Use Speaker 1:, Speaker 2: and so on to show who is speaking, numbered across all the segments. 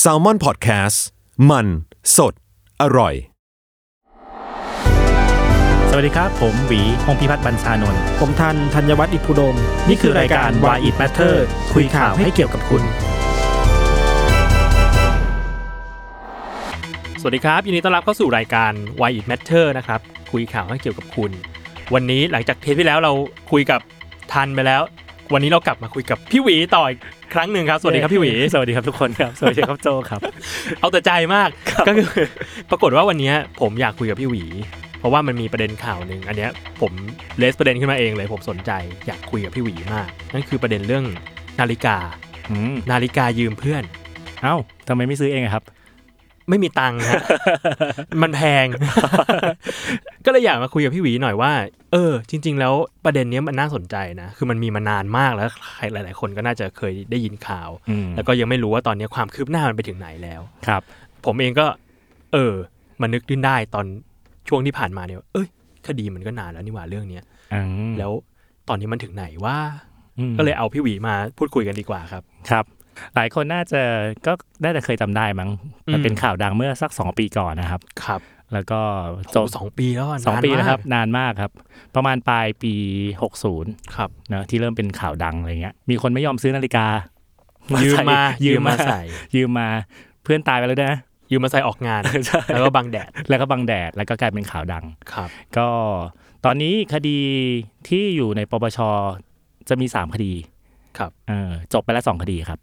Speaker 1: แซลมอนพอดแคสต์มันสดอร่อย
Speaker 2: สวัสดีครับ ผมหวีพงพิพัฒน์บัญชานนท์
Speaker 3: ผมทันธัญวัฒน์อิพุดม
Speaker 2: นี่คือรายการ Why It Matter คุยข่าวให้เกี่ยวกับคุณ สวัสดีครับ ยินดีต้อนรับเข้าสู่รายการ Why It Matter นะครับ คุยข่าวให้เกี่ยวกับคุณ วันนี้หลังจากเทปที่แล้วเราคุยกับทันไปแล้ว วันนี้เรากลับมาคุยกับพี่หวีต่ออีกครั้งหนึ่งครับ สวัสดีครับพี่หวี
Speaker 4: สวัสดีครับทุกคนครับ สวัสดีครับโจครับ
Speaker 2: เอาแต่ใจมากก็คือ ปรากฏว่าวันเนี้ยผมอยากคุยกับพี่หวี เพราะว่ามันมีประเด็นข่าวหนึ่งอันเนี้ยผมเลสประเด็นขึ้นมาเองเลยผมสนใจอยากคุยกับพี่หวีมาก นั่นคือประเด็นเรื่องนาฬิกา
Speaker 4: อืม
Speaker 2: นาฬิกายืมเพื่อน
Speaker 4: เอ้าทำไมไม่ซื้อเองอะครับ
Speaker 2: ไม่มีตังค์ฮะ มันแพง ก็เลยอยากมาคุยกับพี่หวีหน่อยว่า เออ จริง ๆ แล้วประเด็นเนี้ยมันน่าสนใจนะ คือมันมีมานานมากแล้วใครหลาย ๆ คนก็น่าจะเคยได้ยินข่าว
Speaker 4: อืม
Speaker 2: แล้วก็ยังไม่รู้ว่าตอนเนี้ยความคืบหน้ามันไปถึงไหนแล้ว
Speaker 4: ครับ
Speaker 2: ผมเองก็ เออมันนึกขึ้นได้ตอนช่วงที่ผ่านมาเนี่ยว่าเอ้ย คดีมันก็นานแล้วนี่หว่าเรื่องเนี้ย
Speaker 4: อืม
Speaker 2: แล้วตอนนี้มันถึงไหนว่า
Speaker 4: อืม
Speaker 2: ก็เลยเอาพี่หวีมาพูดคุยกันดีกว่าครับ
Speaker 4: ครับ หลายคนน่าจะก็ได้แต่เคยจำได้มั้ง
Speaker 2: อืม
Speaker 4: มันเป็นข่าวดังเมื่อสักสองปีก่อนนะครับ
Speaker 2: ครับ
Speaker 4: แล้วก็โจ
Speaker 2: โอ้สองปีแล้วะ
Speaker 4: สองปี
Speaker 2: ามา
Speaker 4: นะ
Speaker 2: ก
Speaker 4: ครับ นานมากครับ ประมาณปลายปี 60
Speaker 2: ครับ
Speaker 4: นะที่เริ่มเป็นข่าวดังอะไรเงี้ย มีคนไม่ยอมซื้อนาฬิกา มา
Speaker 2: ยืม
Speaker 4: ใส่
Speaker 2: มายื
Speaker 4: ยื
Speaker 2: ม
Speaker 4: ม
Speaker 2: มา
Speaker 4: มา
Speaker 2: ใส่
Speaker 4: ยืมมาเพื่อนตายไปแล้วด้วยนะ
Speaker 2: ยืมมาใส่ออกงาน แล้วก็บังแดด
Speaker 4: แล้วก็บังแดดแล้วก็กลายเป็นข่าวดัง
Speaker 2: ครับ
Speaker 4: ก็ตอนนี้คดีที่อยู่ในปปชจะมี 3 คดี
Speaker 2: ครับ
Speaker 4: เออจบไปแล้ว 2 คดีครับ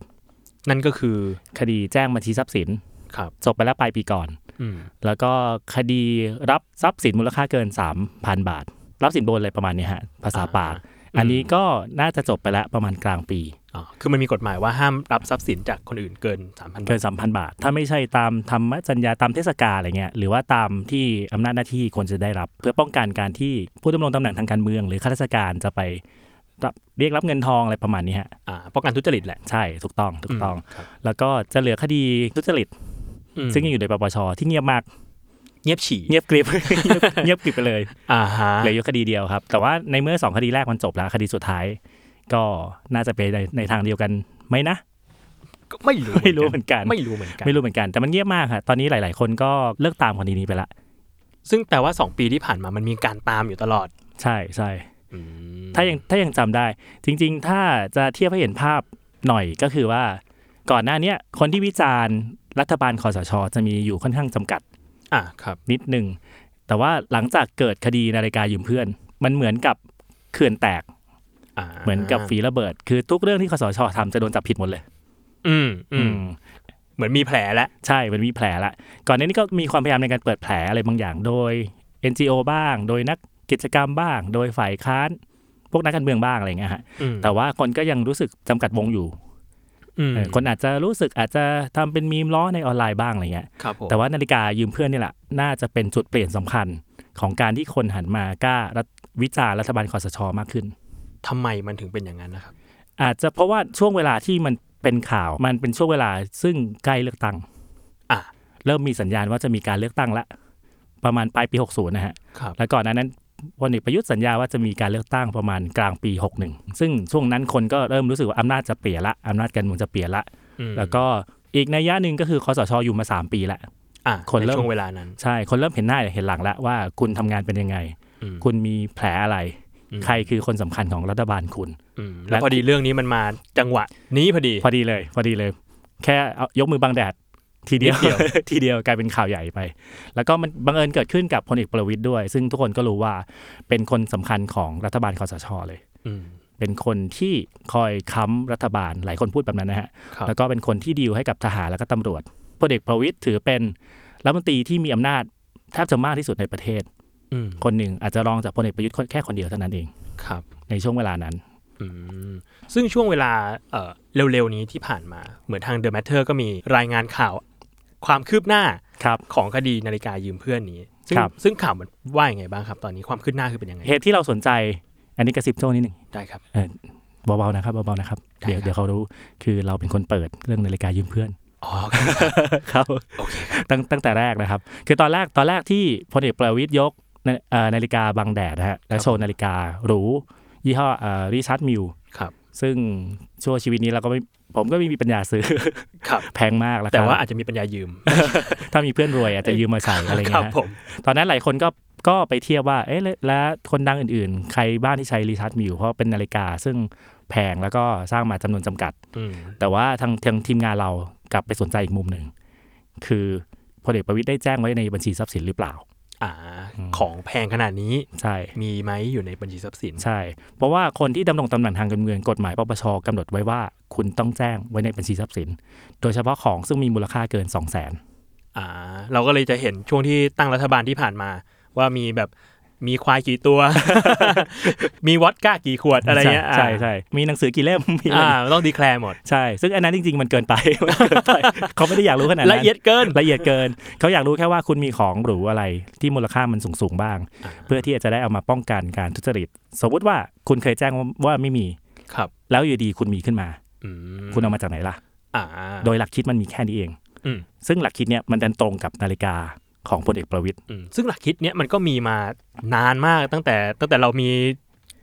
Speaker 2: นั่นก็คือ
Speaker 4: คดีแจ้งบัญชีทรัพย์สิน
Speaker 2: ครับ
Speaker 4: จบไปแล้วปลายปีก่อน
Speaker 2: อืม
Speaker 4: แล้วก็คดีรับทรัพย์สินมูลค่าเกิน 3,000 บาท รับสินบนอะไรประมาณเนี้ยฮะภาษาปาก อันนี้ก็น่าจะจบไปแล้วประมาณกลางปี
Speaker 2: อ๋อคือมันมีกฎหมายว่าห้ามรับทรัพย์สินจากคนอื่นเกินสามพัน
Speaker 4: เกิน 3,000 บาท ถ้าไม่ใช่ตามธรรมจัญญาตามเทศกาลอะไรเงี้ยหรือว่าตามที่อำนาจหน้าที่ควรจะได้รับ เพื่อป้องกันการที่ผู้ดำรงตำแหน่งทางการเมือง หรือข้าราชการจะไปรับเรียกรับเงินทองอะไรประมาณนี้ฮะ
Speaker 2: อ่าป้องกันทุจริตแหละ
Speaker 4: ใช่ ถูกต้อง ถูกต้อง
Speaker 2: มครับ
Speaker 4: แล้วก็จะเหลือคดีทุจริต
Speaker 2: อืม
Speaker 4: ซึ่งยังอยู่ในปปชที่เงียบมาก
Speaker 2: เงียบฉี่
Speaker 4: เงียบกริบ เงียบเงียบกริบไปเลย
Speaker 2: อ่าฮะ
Speaker 4: เหลืออยู่คดีเดียวครับ แต่ว่าในเมื่อสองคดีแรกมันจบแล้ว คดีสุดท้าย ก็น่าจะไปในในทางเดียวกันไหมนะ
Speaker 2: ก็ไม่รู้
Speaker 4: ไม่รู้เหมือนกัน
Speaker 2: ไม่รู้เหมือนกัน
Speaker 4: ไม่รู้เหมือนกัน แต่มันเงียบมากค่ะตอนนี้หลาย ๆ คนก็เลิกตามคดีนี้ไปละ
Speaker 2: ซึ่งแปลว่า 2 ปีที่ผ่านมามันมีการตามอยู่ตลอด
Speaker 4: ใช่ใช่ ถ้ายังถ้ายังจำได้ จริง ๆ ถ้าจะเทียบให้เห็นภาพหน่อยก็คือว่าก่อนหน้าเนี้ยคนที่วิจารณ์รัฐบาลคอสช จะมีอยู่ค่อนข้างจำกัด
Speaker 2: อ่ะครับ
Speaker 4: นิดหนึ่ง แต่ว่าหลังจากเกิดคดีนาฬิกายืมเพื่อน มันเหมือนกับเขื่อนแตก
Speaker 2: อ่า
Speaker 4: เหมือนกับฝีระเบิด คือทุกเรื่องที่คสชทำจะโดนจับผิดหมดเลย
Speaker 2: อืมอื
Speaker 4: อื
Speaker 2: ม
Speaker 4: ม
Speaker 2: เหมือนมีแผลแล้ว
Speaker 4: ใช่มันมีแผลละก่อนหน้านี้ก็มีความพยายามในการเปิดแผลอะไรบางอย่าง โดย NGO บ้าง โดยนักกิจกรรมบ้าง โดยฝ่ายค้าน พวกนักการเมืองบ้างอะไรอย่างเงี้ยฮะ
Speaker 2: อืม
Speaker 4: แต่ว่าคนก็ยังรู้สึกจำกัดวงอยู่
Speaker 2: อืม
Speaker 4: เออคนอาจจะรู้สึกอาจจะทำเป็นมีมล้อในออนไลน์บ้างอะไรเงี้ย
Speaker 2: ครับผม
Speaker 4: แต่ว่านาฬิกายืมเพื่อนนี่แหละ น่าจะเป็นจุดเปลี่ยนสำคัญของการที่คนหันมากล้ารัฐวิจารณ์รัฐบาลคอสชมากขึ้น
Speaker 2: ทำไมมันถึงเป็นอย่างนั้นนะครับ
Speaker 4: อาจจะเพราะว่าช่วงเวลาที่มันเป็นข่าว มันเป็นช่วงเวลาซึ่งใกล้เลือกตั้ง
Speaker 2: อ่ะ
Speaker 4: เริ่มมีสัญญาณว่าจะมีการเลือกตั้งละ ประมาณปลายปี 60 นะฮะ
Speaker 2: ครับ
Speaker 4: แล้วก่อนหนานั้นพลเอกประยุทธ์สัญญาว่าจะมีการเลือกตั้งประมาณกลางปี 61 ซึ่งช่วงนั้นคนก็เริ่มรู้สึกว่าอำนาจจะเปลี่ยนละอำนาจการเมืองจะเปลี่ยนละ
Speaker 2: อืม
Speaker 4: แล้วก็อีกนัยยะหนึ่งก็คือคอสชอยู่มาสามปีละ
Speaker 2: อ่ะ
Speaker 4: คน
Speaker 2: ใน
Speaker 4: เริ่ม
Speaker 2: ช่วงเวลานั้น
Speaker 4: ใช่ คนเริ่มเห็นหน้าเห็นหลังแล้วว่าคุณทำงานเป็นยังไง
Speaker 2: อืม
Speaker 4: คุณมีแผลอะไร
Speaker 2: อืม
Speaker 4: ใครคือคนสำคัญของรัฐบาลคุณ
Speaker 2: อืม
Speaker 4: และ
Speaker 2: แล้วพอดีเรื่องนี้มันมาจังหวะนี้พอดี
Speaker 4: พอดีเลย พอดีเลย แค่เอายกมือบังแดด ทีเดียว
Speaker 2: นิดเดียว
Speaker 4: ทีเดียวกลายเป็นข่าวใหญ่ไป แล้วก็มันบังเอิญเกิดขึ้นกับพลเอกประวิตยด้วย ซึ่งทุกคนก็รู้ว่าเป็นคนสำคัญของรัฐบาลคอสชเลย
Speaker 2: อืม
Speaker 4: เป็นคนที่คอยค้ำรัฐบาลหลายคนพูดแบบนั้นนะฮะ
Speaker 2: ครับ
Speaker 4: แล้วก็เป็นคนที่ดีลให้กับทหารแล้วก็ตำรวจพลเอกประวิตยถือเป็นรัฐมนตรีที่มีอำนาจแทบจะมากที่สุดในประเทศ
Speaker 2: อืม
Speaker 4: คนหนึ่งอาจจะรองจากพลเอกประยุทธ์แค่คนเดียวเท่านั้นเอง
Speaker 2: ครับ
Speaker 4: ในช่วงเวลานั้น
Speaker 2: อืมซึ่งช่วงเวลาเอ่อเร็วๆนี้ที่ผ่านมา เหมือนทาง The Matter ก็มีรายงานข่าว ความคืบหน้า
Speaker 4: ครับ
Speaker 2: ของคดีนาฬิกายืมเพื่อนนี้ ซึ่ง
Speaker 4: ครับ
Speaker 2: ซึ่งข่าวมันว่ายังไงบ้างครับ ตอนนี้ความคืบหน้าคือเป็นยังไง
Speaker 4: เหตุที่เราสนใจ อันนี้กระซิบโจ้นิดหนึ่ง
Speaker 2: ได้ครับ
Speaker 4: เบาๆนะครับเบาๆนะครับเดี๋ยว
Speaker 2: ได้ครับ
Speaker 4: เดี๋ยวเขารู้คือเราเป็นคนเปิดเรื่องนาฬิกายืมเพื่อน
Speaker 2: อ๋อครับ
Speaker 4: ครับตั้งตั้งแต่แรกนะครับ คือตอนแรกตอนแรกที่พลเอกประวิทยยกนาเอ่อนาฬิกาบังแดดนะฮะและโชว์นาฬิกาหรูยี่ห้อริชาร์ดมิล
Speaker 2: ครับ
Speaker 4: ซึ่งชั่วชีวิตนี้เราก็ไม่ผมก็ไม่มีปัญญาซื้อ
Speaker 2: ครับ
Speaker 4: แพงมากแล้ว
Speaker 2: แต่ว่าอาจจะมีปัญญายืม
Speaker 4: ถ้ามีเพื่อนรวยอาจจะยืมมาใส่ อะไร
Speaker 2: ครับ
Speaker 4: เงี้ยฮะ
Speaker 2: ผม
Speaker 4: ตอนนั้นหลายคนก็ก็ไปเทียบว่า เอ๊ะแล้วแล้วคนดังอื่นๆ ใครบ้านที่ใช้รีชาร์จมิวเพราะเป็นนาฬิกา ซึ่งแพงแล้วก็สร้างมาจำนวนจำกัด
Speaker 2: อืม
Speaker 4: แต่ว่าทางทางทีมงานเรากลับไปสนใจอีกมุมหนึ่ง คือพลเอกประวิตยได้แจ้งไว้ในบัญชีทรัพย์สินหรือเปล่า
Speaker 2: อ่า ของแพงขนาดนี้
Speaker 4: ใช่
Speaker 2: มีไหมอยู่ในบัญชีทรัพย์สิน
Speaker 4: ใช่ เพราะว่าคนที่ดำรงตำแหน่งทางการเมืองกฎหมายปปชกำหนดไว้ว่าคุณต้องแจ้งไว้ในบัญชีทรัพย์สิน โดยเฉพาะของซึ่งมีมูลค่าเกิน 2 0 0 0 0น
Speaker 2: อ่า เราก็เลยจะเห็นช่วงที่ตั้งรัฐบาลที่ผ่านมา ว่ามีแบบมีควายกี่ตัว มีวอดก้ากี่ขวดอะไรเงี้ยอ่า
Speaker 4: ใช่ใช่มีหนังสือกี่เล่มมีอะไร
Speaker 2: อ่ามันต้องดีแคลร์หมด
Speaker 4: ใช่ ซึ่งอันนั้นจริง ๆ มันเกินไป มันเกินไปเขาไม่ได้อยากรู้ขนาดนั้น
Speaker 2: ละเอียดเกิน
Speaker 4: ละเอียดเกิน เขาอยากรู้แค่ว่าคุณมีของหรูอะไรที่มูลค่ามันสูงสูงๆบ้าง เพื่อที่จะได้เอามาป้องกันการทุจริต สมมติว่าคุณเคยแจ้งว่าว่าไม่มี
Speaker 2: ครับ
Speaker 4: แล้วอยู่ดีคุณมีขึ้นมา
Speaker 2: อืม
Speaker 4: คุณเอามาจากไหนล่ะ
Speaker 2: อ่า
Speaker 4: โดยหลักคิดมันมีแค่นี้เอง
Speaker 2: อืม
Speaker 4: ซึ่งหลักคิดเนี่ยมันดันตรงกับนาฬิกาของพลเอกประวิตย
Speaker 2: อืมซึ่งหลักคิดเนี้ยมันก็มีมานานมากตั้งแต่ตั้งแต่เรามี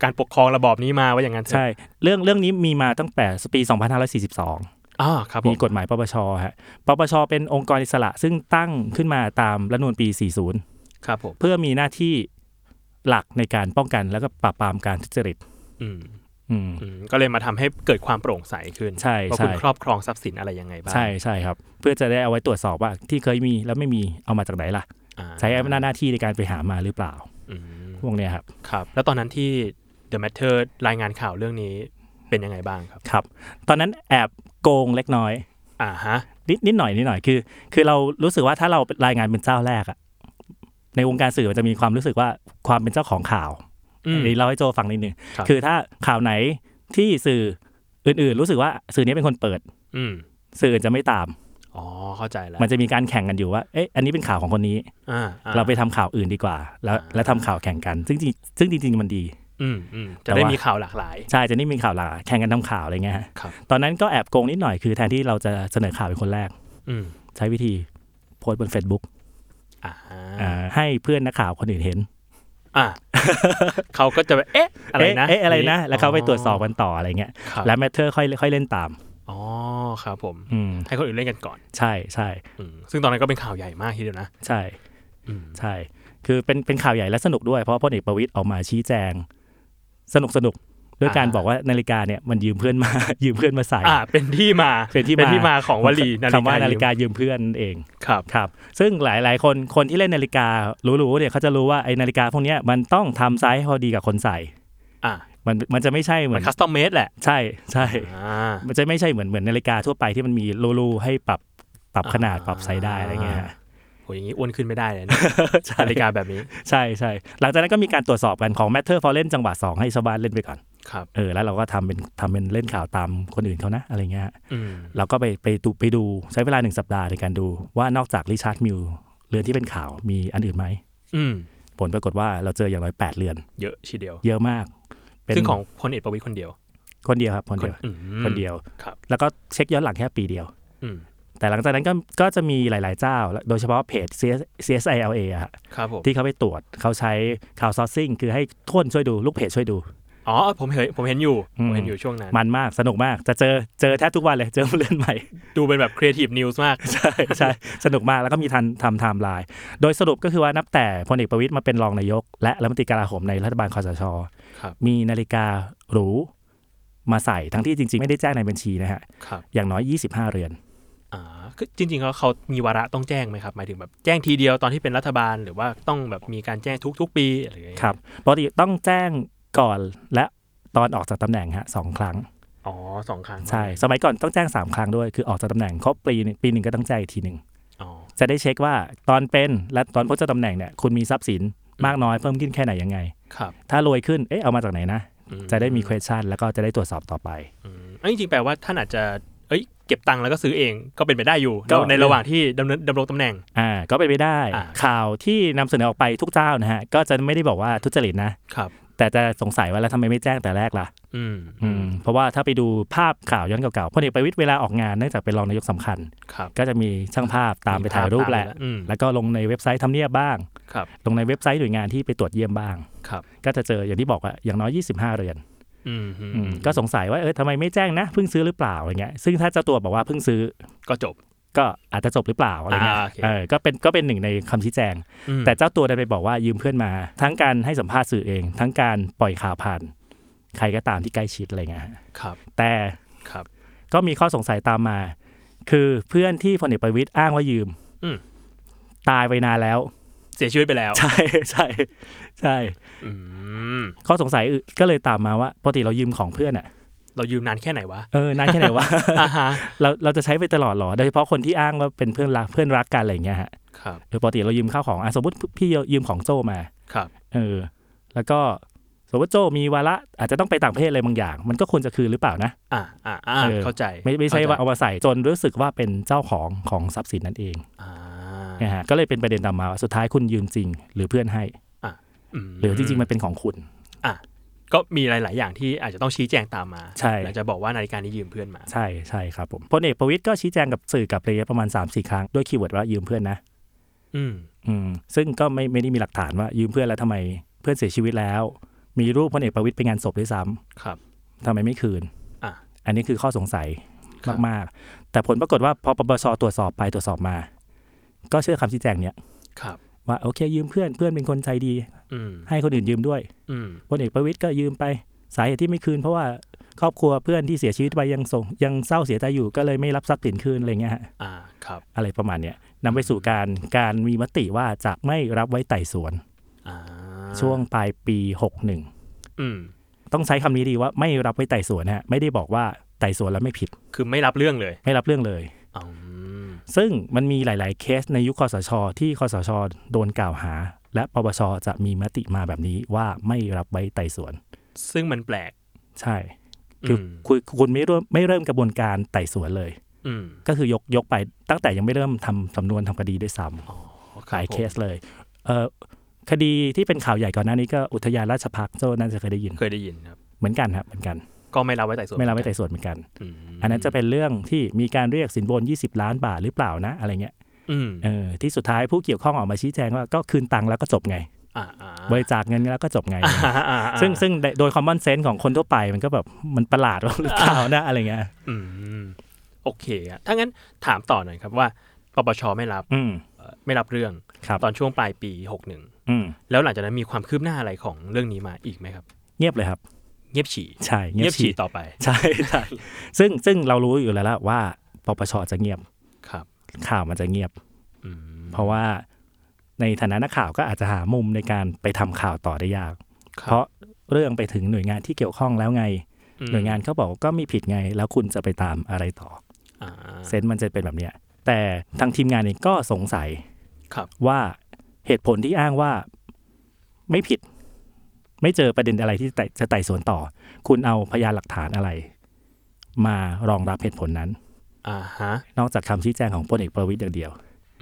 Speaker 2: การปกครองระบอบนี้มาว่าอย่างนั้นเถอะ
Speaker 4: ใช่ เรื่องเรื่องนี้มีมาตั้งแต่ปี 2542
Speaker 2: อ่าครับผ
Speaker 4: มี
Speaker 2: ม
Speaker 4: กฎหมายปปชฮะปปชเป็นองค์กรอิสระซึ่งตั้งขึ้นมาตามรัฐธรรมนูญปี 40
Speaker 2: ครับผม
Speaker 4: เพื่อมีหน้าที่หลักในการป้องกันแล้วก็ปราบปรามการทุจริต
Speaker 2: อืม
Speaker 4: อืม
Speaker 2: อืมก็เลยมาทำให้เกิดความโปร่งใสขึ้น
Speaker 4: ใช่
Speaker 2: ว่า
Speaker 4: ใช่
Speaker 2: คุณครอบครองทรัพย์สินอะไรยังไงบ้าง
Speaker 4: ใช่ใช่ครับ เพื่อจะได้เอาไว้ตรวจสอบว่าที่เคยมีแล้วไม่มีเอามาจากไหนล่ะ
Speaker 2: อ่า
Speaker 4: ใช้อำนาจหน้าที่ในการไปหามาหรือเปล่า
Speaker 2: อืม
Speaker 4: พวกเนี้ยครับ
Speaker 2: ครับ แล้วตอนนั้นที่ The Matter รายงานข่าวเรื่องนี้เป็นยังไงบ้างครับ
Speaker 4: ครับ ตอนนั้นแอบโกงเล็กน้อย
Speaker 2: อ่าฮะ
Speaker 4: นิดนิดหน่อยนิดหน่อยคือ คือเรารู้สึกว่าถ้าเรารายงานเป็นเจ้าแรกอะในวงการสื่อมันจะมีความรู้สึกว่าความเป็นเจ้าของข่าว
Speaker 2: อืม
Speaker 4: อันนี้เราให้โจฟังนิดนึง
Speaker 2: ครับ
Speaker 4: คือถ้าข่าวไหนที่สื่ออื่นๆ รู้สึกว่าสื่อนี้เป็นคนเปิด
Speaker 2: อืม
Speaker 4: สื่ออื่นจะไม่ตาม
Speaker 2: อ๋อเข้าใจแล้ว
Speaker 4: มันจะมีการแข่งกันอยู่ว่าเอ๊ะอันนี้เป็นข่าวของคนนี้
Speaker 2: อ่าอ่
Speaker 4: เราไปทำข่าวอื่นดีกว่า แล้วแล้วทำข่าวแข่งกัน ซึ่งจริงซึ่งจริงๆมันดี
Speaker 2: อืมอืม
Speaker 4: แต่
Speaker 2: จะได้
Speaker 4: ว่ามี
Speaker 2: มีข่าวหลากหลาย
Speaker 4: ใช่จะนี่มีข่าวหลาแข่งกันทำข่าวอะไรเงี้ยฮะ
Speaker 2: ครับ
Speaker 4: ตอนนั้นก็แอบโกงนิดหน่อยคือแทนที่เราจะเสนอข่าวเป็นคนแรก
Speaker 2: อืม
Speaker 4: ใช้วิธีโพสต์บน Facebook
Speaker 2: อ่า
Speaker 4: อ่าให้เพื่อนนักข่าวคนอื่นเห็น
Speaker 2: อ่ะ เขาก็จะแบบเอ๊ะ อะไรนะ
Speaker 4: เอ๊เอ๊อะไรนะ แล้วเขาไปตรวจสอบกันต่ออะไรเงี้ย
Speaker 2: ครับ
Speaker 4: แล้วแมทเทอร์ค่อยค่อยเล่นตาม
Speaker 2: อ๋อครับผม
Speaker 4: อืม
Speaker 2: ให้คนอื่นเล่นกันก่อน
Speaker 4: ใช่ใช่
Speaker 2: อืมซึ่งตอนนั้นก็เป็นข่าวใหญ่มากทีเดียวนะ
Speaker 4: ใช่
Speaker 2: อืม
Speaker 4: ใช่ คือเป็นเป็นข่าวใหญ่และสนุกด้วยเพราะพลเอกประวิตยออกมาชี้แจง สนุกสนุกด้วยการ
Speaker 2: อ่า
Speaker 4: บอกว่านาฬิกาเนี่ยมันยืมเพื่อนมา ยืมเพื่อนมาใส่
Speaker 2: อ่า เป็นที่มา
Speaker 4: เป็นที่มา
Speaker 2: มาของวลีนาฬิ
Speaker 4: คำว่าก
Speaker 2: า
Speaker 4: นาฬิกายืมเพื่อนนั่นเอง
Speaker 2: ครับ
Speaker 4: ครับ ซึ่งหลาย ๆ คน คนที่เล่นนาฬิกาหรู้ๆเนี่ยเขาจะรู้ว่าไอ้นาฬิกาพวกเนี้ยมันต้องทำไซส์พอดีกับคนใส่
Speaker 2: อ่า
Speaker 4: มันมันจะไม่ใช่เหมื
Speaker 2: มั
Speaker 4: อน น
Speaker 2: คัสตอมเมดแหละ
Speaker 4: ใช่ใช่
Speaker 2: อ่า
Speaker 4: มันจะไม่ใช่เหมือนเหมือนนาฬิกาทั่วไปที่มันมีรูๆให้ปรับปรับขนาด
Speaker 2: อ่า
Speaker 4: ปรับไซส์ได้อะไรเงี้ยฮะ
Speaker 2: โหอย่างนี้อ้วนขึ้นไม่ได้เลย นะ
Speaker 4: ใช่
Speaker 2: นาฬิกาแบบนี้
Speaker 4: ใช่ใช่หลังจากนั้นก็มีการตรวจสอบกันของ Matter for เล่นจังหวะ2ให้ชาวบ้านเล่นไปก่อน
Speaker 2: ครับ
Speaker 4: เออแล้วเราก็ทำเป็นทำเป็นเล่นข่าวตามคนอื่นเขานะอะไรเงี้ยฮะ
Speaker 2: อืม
Speaker 4: เราก็ไปไปดูไปดูใช้เวลาหนึ่งสัปดาห์ในการดูว่านอกจากริชาร์ดมิลเรือนที่เป็นข่าวมีอันอื่นไหม
Speaker 2: อืม
Speaker 4: ผลปรากฏว่าเราเจออย่างน้อยแปดเรือน
Speaker 2: เยอะทีเดียว
Speaker 4: เยอะมากเป็น
Speaker 2: ซึ่งของพลเอกประวิตยคนเดียว
Speaker 4: คนเดียวครับคนเดียว
Speaker 2: อืม
Speaker 4: คนเดียว
Speaker 2: ครับ
Speaker 4: แล้วก็เช็คย้อนหลังแค่ปีเดียว
Speaker 2: อืม
Speaker 4: แต่หลังจากนั้นก็ก็จะมีหลาย ๆ เจ้า โดยเฉพาะเพจ CS CSILA อะฮะ
Speaker 2: ครับผม
Speaker 4: ที่เขาไปตรวจเขาใช้ข่าวซอร์ซิ่งคือให้คนช่วยดูลูกเพจช่วยดู
Speaker 2: อ๋อผมเห็นผมเห็นอยู่
Speaker 4: อืม
Speaker 2: ผมเห็นอยู่ช่วงนั้น
Speaker 4: มันมาก สนุกมาก จะเจอเจอแทบทุกวันเลยเจอผู้เล่นให ม่
Speaker 2: ดูเป็นแบบครีเอทีฟนิวส์มาก
Speaker 4: ใช่ใช่สนุกมากแล้วก็มีทันทำไทม์ไลน์โดยสรุปก็คือว่านับแต่พลเอกประวิตยมาเป็นรองนายก และรัฐมนตรีกลาโหมในรัฐบาลคอสช
Speaker 2: ครับ
Speaker 4: มีนาฬิกาหรูมาใส่ทั้งที่จริง ๆ ไม่ได้แจ้งในบัญชีนะฮะ
Speaker 2: ครับ
Speaker 4: อย่างน้อย 25 เรือน
Speaker 2: อ่าคือจริงๆแล้วเขามีวาระต้องแจ้งไหมครับ หมายถึงแบบแจ้งทีเดียวตอนที่เป็นรัฐบาล หรือว่าต้องแบบมีการแจ้งทุกๆ ปีหรือยังไง
Speaker 4: ครับปกติต้องแจ้งก่อนและตอนออกจากตำแหน่งฮะสองครั้ง
Speaker 2: อ๋อสองครั้ง
Speaker 4: ใช่ สมัยก่อนต้องแจ้ง 3 ครั้งด้วย คือออกจากตำแหน่งครบปีหนึ่งปีหนึ่งก็ต้องแจ้งอีกทีหนึ่ง
Speaker 2: อ๋อ
Speaker 4: จะได้เช็คว่าตอนเป็นและตอนพ้นจากตำแหน่งเนี่ยคุณมีทรัพย์สินมากน้อยเพิ่มขึ้นแค่ไหนยังไง
Speaker 2: ครับ
Speaker 4: ถ้ารวยขึ้นเอ๊ะเอามาจากไหนนะ
Speaker 2: อื
Speaker 4: จะได้มี question แล้วก็จะได้ตรวจสอบต่อไป
Speaker 2: อืมอันนี้จริงๆแปลว่าท่านอาจจะเอ้ยเก็บตังค์แล้วก็ซื้อเองก็เป็นไปได้อยู่
Speaker 4: ก็
Speaker 2: ในระหว่างที่ดำเนินดำรงตำแหน่ง
Speaker 4: อ่าก็ไปนไปได้
Speaker 2: อ่า
Speaker 4: ข่าวที่นำเสนอออกไปทุกเจ้านะฮะก็จะไม่ได้บอกว่าทุจริตนะครับ แต่จะสงสัยว่าแล้วทำไมไม่แจ้งแต่แรกล่ะ
Speaker 2: อืม
Speaker 4: อืมเพราะว่าถ้าไปดูภาพข่าวย้อนเก่าๆพลเอกประวิตยเวลาออกงานเนื่องจากเป็นรองนายกสำคัญ
Speaker 2: ครับ
Speaker 4: ก็จะมีช่างภาพตามไปถ่ายรูปแหละ
Speaker 2: มีภาพตามอืม
Speaker 4: แล้วก็ลงในเว็บไซต์ทำเนียบบ้าง
Speaker 2: ครับ
Speaker 4: ลงในเว็บไซต์หน่วยงานที่ไปตรวจเยี่ยมบ้าง
Speaker 2: ครับ
Speaker 4: ก็จะเจออย่างที่บอกอะอย่างน้อย 25 เรือน
Speaker 2: อืมอืม
Speaker 4: อืมก็สงสัยว่าเออทำไมไม่แจ้งนะเพิ่งซื้อหรือเปล่าอะไรเงี้ยซึ่งถ้าเจ้าตัวบอกว่าเพิ่งซื้อ
Speaker 2: ก็จบ
Speaker 4: ก็อาจจะจบหรือเปล่าอะไรเงี้ย
Speaker 2: อ่าโอเค
Speaker 4: เออก็เป็นก็เป็นหนึ่งในคำชี้แจง
Speaker 2: อืม
Speaker 4: แต่เจ้าตัวได้ไปบอกว่ายืมเพื่อนมา ทั้งการให้สัมภาษณ์สื่อเอง ทั้งการปล่อยข่าวผ่าน ใครก็ตามที่ใกล้ชิดอะไรเงี้ยฮะ
Speaker 2: ครับ
Speaker 4: แต่
Speaker 2: ครับ
Speaker 4: ก็มีข้อสงสัยตามมา คือเพื่อนที่พลเอกประวิตยอ้างว่ายืม
Speaker 2: อืม
Speaker 4: ตายไปนานแล้ว
Speaker 2: เสียชีวิตไปแล้ว
Speaker 4: ใช่ ใช่ใช่
Speaker 2: อืม
Speaker 4: ข้อสงสัยอื่นก็เลยตามมาว่าปกติเรายืมของเพื่อนอ่ะ
Speaker 2: เรายืมนานแค่ไหนวะ
Speaker 4: เออนานแค่ไหนวะ
Speaker 2: อ่าฮะ
Speaker 4: เราเราจะใช้ไปตลอดเหรอ โดยเฉพาะคนที่อ้างว่าเป็นเพื่อนรักเพื่อนรักกันอะไรอย่างเงี้ยฮะ
Speaker 2: ครับ
Speaker 4: โดยปกติเรายืมข้าวของอ่ะสมมติพี่ยืมของโจมา
Speaker 2: ครับ
Speaker 4: เออ แล้วก็สมมติโจมีวาระอาจจะต้องไปต่างประเทศอะไรบางอย่าง มันก็ควรจะคืนหรือเปล่านะ
Speaker 2: อ่าอ่าอ่า
Speaker 4: เออ
Speaker 2: เข้าใจ
Speaker 4: ไม่ไม่ใช่
Speaker 2: เข้
Speaker 4: ว่าเอามาใส่จนรู้สึกว่าเป็นเจ้าของของทรัพย์สินนั่นเอง
Speaker 2: อ่า
Speaker 4: นะฮะก็เลยเป็นประเด็นตามมาว่าสุดท้ายคุณยืมจริง หรือเพื่อนให้
Speaker 2: ม
Speaker 4: หรือจริงๆมันเป็นของคุณ
Speaker 2: ก็มีหลาย ๆ อย่างที่อาจจะต้องชี้แจงตามมา
Speaker 4: ใช่
Speaker 2: อาจจะบอกว่านาฬิกานี้ยืมเพื่อนมา
Speaker 4: ใช่ใช่ครับผมพลเอกประวิตยก็ชี้แจงกับสื่อกับอะไรเงี้ยประมาณ3ามสี่ครั้งด้วยคีย์เวิร์ดว่ายืมเพื่อนนะ
Speaker 2: อืม
Speaker 4: อืมซึ่งก็ไม่ไม่ได้มีหลักฐานว่ายืมเพื่อนแล้วทำไมเพื่อนเสียชีวิตแล้ว มีรูปพลเอกประวิตยไปงานศพด้วยซ้ำ
Speaker 2: ครับ
Speaker 4: ทำไมไม่คืน
Speaker 2: อ่ะ
Speaker 4: อันนี้คือข้อสงสัย
Speaker 2: ครับ
Speaker 4: มากๆ แต่ผลปรากฏว่าพอปปชตรวจสอบไปตรวจสอบมา ก็เชื่อคำชี้แจงเนี้ย
Speaker 2: ครับ
Speaker 4: ว่าโอเคยืมเพื่อนเพื่อนเป็นคนใจดี
Speaker 2: อืม
Speaker 4: ให้คนอื่นยืมด้วย
Speaker 2: อืม
Speaker 4: พลเอกประวิตยก็ยืมไปสาเหตุที่ไม่คืน เพราะว่าครอบครัวเพื่อนที่เสียชีวิตไปยังส่งยังเศร้าเสียใจอยู่ก็เลยไม่รับทรัพย์สินคืนอะไรเงี้ยฮะ
Speaker 2: อ่า ครับ
Speaker 4: อะไรประมาณเนี้ยนำไปสู่การการมีมติว่าจะไม่รับไว้ไต่สวน
Speaker 2: อ่า
Speaker 4: ช่วงปลายปี 61
Speaker 2: อืม
Speaker 4: ต้องใช้คำนี้ดีว่าไม่รับไว้ไต่สวนฮะไม่ได้บอกว่าไต่สวนแล้วไม่ผิด
Speaker 2: คือไม่รับเรื่องเลย
Speaker 4: ไม่รับเรื่องเลย
Speaker 2: อืม
Speaker 4: ซึ่งมันมีหลาย ๆ เคสในยุคคอสช ที่คอสช โดนกล่าวหา และปปชจะมีมติมาแบบนี้ว่าไม่รับไว้ไต่สวน
Speaker 2: ซึ่งมันแปลก
Speaker 4: ใช่คือ
Speaker 2: อืม
Speaker 4: คุณคุณไม่เริ่มไม่เริ่มกระบวนการไต่สวนเลย
Speaker 2: อืม
Speaker 4: ก็คือยกยกไปตั้งแต่ยังไม่เริ่มทำสำนวนทำคดีด้วยซ้ำ หลาย
Speaker 2: รับผม
Speaker 4: เคสเลยเออคดีที่เป็นข่าวใหญ่ก่อนหน้านี้ก็อุทยานราชพักษ์โจน่าจะเคยได้ยิน
Speaker 2: เคยได้ยินครับ
Speaker 4: เหมือนกันครับเหมือนกัน
Speaker 2: ก็ไม่รับไว้ไต่สวน
Speaker 4: ไม่รับไว้ไต่สวนเหมือนกัน
Speaker 2: อืม
Speaker 4: อันนั้นจะเป็นเรื่องที่มีการเรียกสินบน 20 ล้านบาทหรือเปล่านะ อะไรเงี้ย
Speaker 2: อืม
Speaker 4: เออที่สุดท้ายผู้เกี่ยวข้องออกมาชี้แจงว่าก็คืนตังค์แล้วก็จบไง
Speaker 2: อ่าอ่า
Speaker 4: บริจาคเงินแล้วก็จบไง
Speaker 2: อ่าอ่า
Speaker 4: ซึ่งซึ่งโดยโดยคอมมอนเซนส์ของคนทั่วไปมันก็แบบมันประหลาดว่าหรือเปล่านะอะไรเงี้ย
Speaker 2: อืม โอเคอะถ้างั้นถามต่อหน่อยครับว่า ปปชไม่รับ
Speaker 4: อืม
Speaker 2: เอ่อไม่รับเรื่อง
Speaker 4: ครับ
Speaker 2: ตอนช่วงปลายปีหกหนึ่ง
Speaker 4: อืม
Speaker 2: แล้วหลังจากนั้นมีความคืบหน้าอะไรของเรื่องนี้มาอีกไหมครับ
Speaker 4: เงียบเลยครับ
Speaker 2: เงียบฉี่
Speaker 4: ใช่
Speaker 2: เงียบฉี่ต่อไป
Speaker 4: ใช่ใช่ซึ่งซึ่งเรารู้อยู่แล้วล่ะว่าปปชจะเงียบ
Speaker 2: ครับ
Speaker 4: ข่าวมันจะเงียบ
Speaker 2: อืม
Speaker 4: เพราะว่าในฐานะนักข่าวก็อาจจะหามุมในการไปทำข่าวต่อได้ยาก
Speaker 2: ครับ
Speaker 4: เพราะเรื่องไปถึงหน่วยงานที่เกี่ยวข้องแล้วไง
Speaker 2: อืม
Speaker 4: หน่วยงานเขาบอกก็มีผิดไง แล้วคุณจะไปตามอะไรต่อ
Speaker 2: อ่า
Speaker 4: เซนส์มันจะเป็นแบบเนี้ย แต่ทางทีมงานเองก็สงสัย
Speaker 2: ครับ
Speaker 4: ว่าเหตุผลที่อ้างว่าไม่ผิด ไม่เจอประเด็นอะไรที่ไต่จะไต่สวนต่อ คุณเอาพยานหลักฐานอะไร มารองรับเหตุผลนั้น
Speaker 2: อ่าฮะ
Speaker 4: นอกจากคำชี้แจงของพลเอกประวิตยอย่างเดียว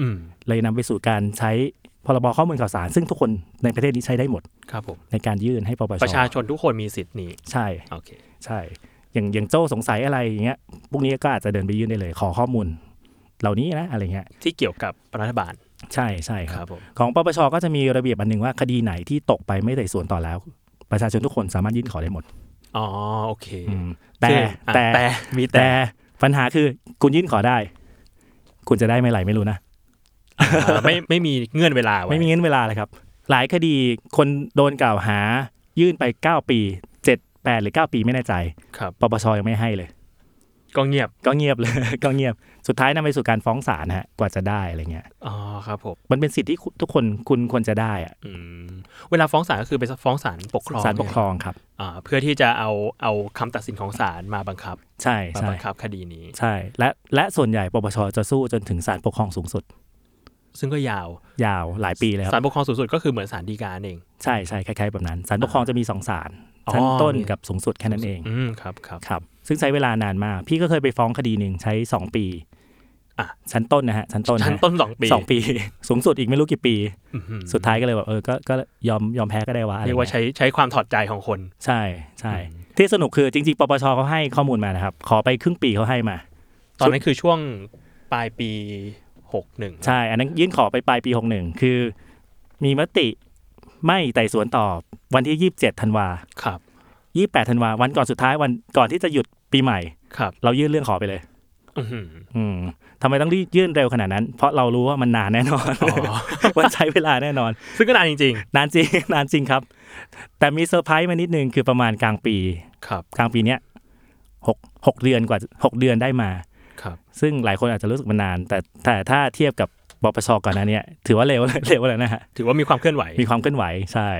Speaker 2: อืม
Speaker 4: เลยนำไปสู่การใช้พรบข้อมูลข่าวสาร ซึ่งทุกคนในประเทศนี้ใช้ได้หมด
Speaker 2: ครับผม
Speaker 4: ในการยื่นให้ปปช
Speaker 2: ประชาชนทุกคนมีสิทธิ์นี้
Speaker 4: ใช่
Speaker 2: โอเค
Speaker 4: ใช่ อย่างอย่างโจ้สงสัยอะไรอย่างเงี้ยพวกนี้ก็อาจจะเดินไปยื่นได้เลย ขอข้อมูล เหล่านี้นะอะไรเงี้ย
Speaker 2: ที่เกี่ยวกับรัฐบาล
Speaker 4: ใช่ใช่ค
Speaker 2: ค
Speaker 4: รั
Speaker 2: รับ บผม
Speaker 4: ของปปชก็จะมีระเบียบอันหนึ่งว่าคดีไหนที่ตกไปไม่ไต่สวนต่อแล้ว ประชาชนทุกคนสามารถยื่นขอได้หมด
Speaker 2: อ๋อ โอเค
Speaker 4: อืมแต่
Speaker 2: ซึ่งอ่ะ
Speaker 4: แต่
Speaker 2: แต่ มีแต่
Speaker 4: แต่ปัญหาคือคุณยื่นขอได้ คุณจะได้ไม่ไหลไม่รู้นะ
Speaker 2: อ่าไม่ ไม่มีเงื่อนเวลาไว้
Speaker 4: ไม่มีเงินเวลาเลยครับ หลายคดีคนโดนกล่าวหายื่นไป 9 ปี 7 8 หรือ 9 ปีไม่แน่ใจ
Speaker 2: ครับ
Speaker 4: ปปชยังไม่ให้เลย
Speaker 2: ก็เงียบ
Speaker 4: ก็เงียบ เลย ก็เงียบสุดท้ายนำไปสู่การฟ้องศาลนะฮะกว่าจะได้อะไรเงี้ย
Speaker 2: อ๋อ ครับผม
Speaker 4: มันเป็นสิทธิที่คุณทุกคนคุณควรจะได้อะ
Speaker 2: อืม เวลาฟ้องศาลก็คือไปฟ้องศาลปกครอง
Speaker 4: ศาลปกครองครับ
Speaker 2: อ่า เพื่อที่จะเอา เอาคำตัดสินของศาลมาบังคับ
Speaker 4: ใช่
Speaker 2: มา
Speaker 4: ใช่
Speaker 2: บังคับคดีนี้
Speaker 4: ใช่และและส่วนใหญ่ปปชจะสู้จนถึงศาลปกครองสูงสุด
Speaker 2: ซึ่งก็ยาว
Speaker 4: ยาวหลายปีเลยค
Speaker 2: ศา
Speaker 4: รับ
Speaker 2: ลปกครองสูงสุดก็คือเหมือนศาลฎีกาเอง
Speaker 4: ใช่ใช่คล้ายๆแบบนั้นศาลปกครองจะมีสองศาล
Speaker 2: อ๋อ
Speaker 4: ชั้นต้น
Speaker 2: มี
Speaker 4: กับสูงสุดแค่นั้นเอง
Speaker 2: อืม ครับครับ
Speaker 4: ครับ ซึ่งใช้เวลานานมากพี่ก็เคยไปฟ้องคดีหนึ่งใช้สองปี
Speaker 2: อ่ะ
Speaker 4: ชั้นต้นนะฮะชั้นต้น
Speaker 2: ชั้น
Speaker 4: ฮะ
Speaker 2: ต้นสองปี
Speaker 4: สองปี สูงสุดอีกไม่รู้กี่ปี
Speaker 2: อื้อหือ
Speaker 4: สุดท้ายก็เลยแบบเออก็ก็ยอมยอมแพ้ก็ได้วะอะไร
Speaker 2: เรียกว่า
Speaker 4: เงี้ย
Speaker 2: ใช้ใช้ความถอดใจของคน
Speaker 4: ใช่ใช่
Speaker 2: อืม
Speaker 4: ที่สนุกคือจริงๆปปชเขาให้ข้อมูลมานะครับ ขอไปครึ่งปีเขาให้มา
Speaker 2: ตอนนั้นคือช่วงปลายปีหกหนึ่ง
Speaker 4: ใช่ อันนั้นยื่นขอไปปลายปีหกหนึ่งคือ มีมติไม่ไต่สวนต่อวันที่ยี่สิบเจ็ดธันวา
Speaker 2: ครับ
Speaker 4: 28ธันวาวันก่อนสุดท้ายวันก่อนที่จะหยุดปีใหม่
Speaker 2: ครับ
Speaker 4: เรายื่นเรื่องขอไปเลย
Speaker 2: อื้อหือ
Speaker 4: อืมทำไมต้องรีบยื่นเร็วขนาดนั้น เพราะเรารู้ว่ามันนานแน่นอน
Speaker 2: อ๋อ
Speaker 4: มันใช้เวลาแน่นอน
Speaker 2: ซึ่งก็นานจริง
Speaker 4: นานจริง นานจริงครับ แต่มีเซอร์ไพรส์มานิดนึงคือประมาณกลางปี
Speaker 2: ๆ ครับ
Speaker 4: กลางปีเนี้ยหกหกเดือนกว่าหกเดือนได้มา
Speaker 2: ครับ
Speaker 4: ซึ่งหลายคนอาจจะรู้สึกมันนาน แต่แต่ถ้าเทียบกับบปชก่อนหน้าเนี้ย ถือว่าเร็ว เร็วแล้วนะฮะ
Speaker 2: ถือว่ามีความเคลื่อนไหว
Speaker 4: มีความเคลื่อนไหวใช่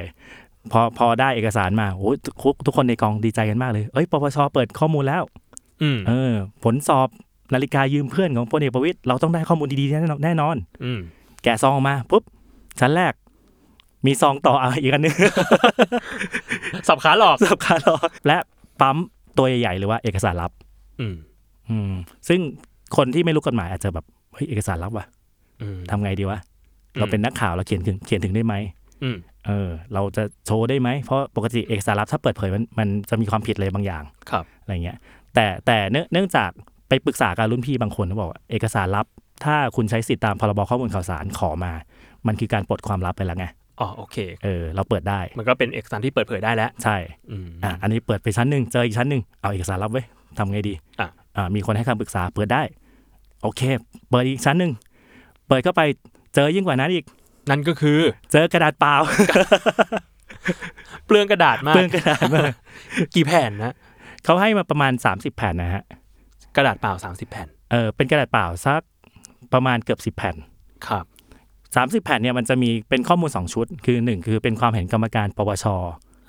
Speaker 4: พอพอได้เอกสารมาโอ้ยทุกทุกคนในกองดีใจกันมากเลย เอ้ยปปชเปิดข้อมูลแล้ว
Speaker 2: อืม
Speaker 4: เออ ผลสอบนาฬิกายืมเพื่อนของพลเอกประวิตยเราต้องได้ข้อมูลดีๆแน่นอนแน่นอน
Speaker 2: อืม
Speaker 4: แกะซองออกมาปุ๊บชั้นแรก มีซองต่ออ่ะอีกอันหนึง
Speaker 2: สับขาหลอก
Speaker 4: สับขาหลอกและปั๊มตัวใหญ่ๆหรือว่าเอกสารลับ
Speaker 2: อืม
Speaker 4: อืม ซึ่งคนที่ไม่รู้กฎหมายอาจจะแบบเฮ้ยเอกสารลับว่ะ
Speaker 2: อืม
Speaker 4: ทำไงดีวะเราเป็นนักข่าวเราเขียนถึงเขียนถึงได้ไหม
Speaker 2: อืม
Speaker 4: เออ เราจะโชว์ได้ไหมเพราะปกติเอกสารลับถ้าเปิดเผยมันมันจะมีความผิดอะไรบางอย่าง
Speaker 2: ครับ
Speaker 4: อะไรเงี้ยแต่แต่เนื่องเนื่องจากไปปรึกษากับรุ่นพี่บางคนเขาบอกว่าเอกสารลับ ถ้าคุณใช้สิทธิตามพรบข้อมูลข่าวสารขอมา มันคือการปลดความลับไปแล้วไง
Speaker 2: อ๋อ โอเค
Speaker 4: เออเราเปิดได้
Speaker 2: มันก็เป็นเอกสารที่เปิดเผยได้แล้ว
Speaker 4: ใช่
Speaker 2: อืม
Speaker 4: อ่ะอันนี้เปิดไปชั้นหนึ่งเจออีกชั้นหนึ่งเอาเอกสารลับไว้ยทำไงดี
Speaker 2: อ่ะ
Speaker 4: อ่ามีคนให้คำปรึกษาเปิดได้ โอเค เปิดอีกชั้นหนึ่งเปิดเข้าไปเจอยิ่งกว่านั้นอีก
Speaker 2: นั่นก็คือ
Speaker 4: เจอกระดาษเปล่า
Speaker 2: เปลืองกระดาษมาก
Speaker 4: เปลืองกระดาษมาก
Speaker 2: กี่แผ่นนะ
Speaker 4: เขาให้มาประมาณ 30 แผ่นนะฮะ
Speaker 2: กระดาษเปล่า 30 แผ่น
Speaker 4: เออเป็นกระดาษเปล่าสักประมาณเกือบ10แผ่น
Speaker 2: ครับ
Speaker 4: สามสิบแผ่นเนี่ยมันจะมีเป็นข้อมูล 2 ชุด คือหนึ่งคือเป็นความเห็นกรรมการปปช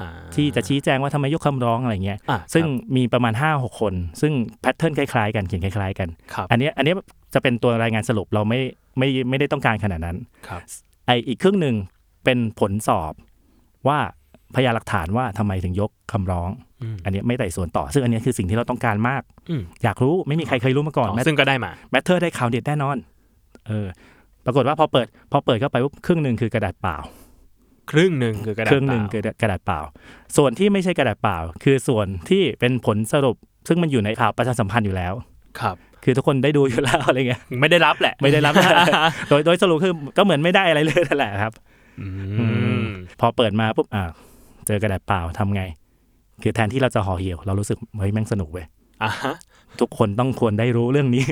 Speaker 2: อ่า
Speaker 4: ที่จะชี้แจงว่าทำไมยกคำร้องอะไรเงี้ย
Speaker 2: อ่ะ
Speaker 4: ซึ่งมีประมาณ 5 6 คน ซึ่งแพทเทิร์นคล้ายๆกันเขียนคล้ายๆกัน
Speaker 2: ครับ
Speaker 4: อันเนี้ยอันเนี้ยจะเป็นตัวรายงานสรุปเราไม่ไม่ไม่ได้ต้องการขนาดนั้น
Speaker 2: ครับ
Speaker 4: ไออีกครึ่งหนึ่งเป็นผลสอบว่าพยานหลักฐานว่าทำไมถึงยกคำร้อง
Speaker 2: อืม
Speaker 4: อันเนี้ยไม่ไต่สวนต่อ ซึ่งอันเนี้ยคือสิ่งที่เราต้องการมาก
Speaker 2: อืม
Speaker 4: อยากรู้ไม่มีใครเคยรู้มาก่อน
Speaker 2: อ๋อ
Speaker 4: แม้
Speaker 2: ซึ่งก็ได้มา
Speaker 4: แมทเทอร์ได้ข่าวเด็ดแน่นอน เออ ปรากฏว่าพอเปิด พอเปิดเข้าไปปุ๊บครึ่งหนึ่งคือกระดาษเปล่า
Speaker 2: ครึ่งหนึ่งคือกระดาษ
Speaker 4: ครึ่งหนึ่ง
Speaker 2: เป
Speaker 4: คื
Speaker 2: ล่า
Speaker 4: อกระดาษเปล่า ส่วนที่ไม่ใช่กระดาษเปล่า คือส่วนที่เป็นผลสรุป ซึ่งมันอยู่ในข่าวประชาสัมพันธ์อยู่แล้ว
Speaker 2: ครับ
Speaker 4: คือทุกคนได้ดูอยู่แล้ว อะไรเงี้ย
Speaker 2: ไม่ได้รับแหละ
Speaker 4: ไม่ได้รับ โดยโดยสรุปคือก็เหมือนไม่ได้อะไรเลยนั่นแหละครับ
Speaker 2: อืม
Speaker 4: พอเปิดมาปุ๊บ อ่า เจอกระดาษเปล่าทำไง คือแทนที่เราจะห่อเหี่ยว เรารู้สึกเฮ้ยแม่งสนุกเว้ย
Speaker 2: อ่ะฮะ
Speaker 4: ทุกคนต้องควรได้รู้เรื่องนี้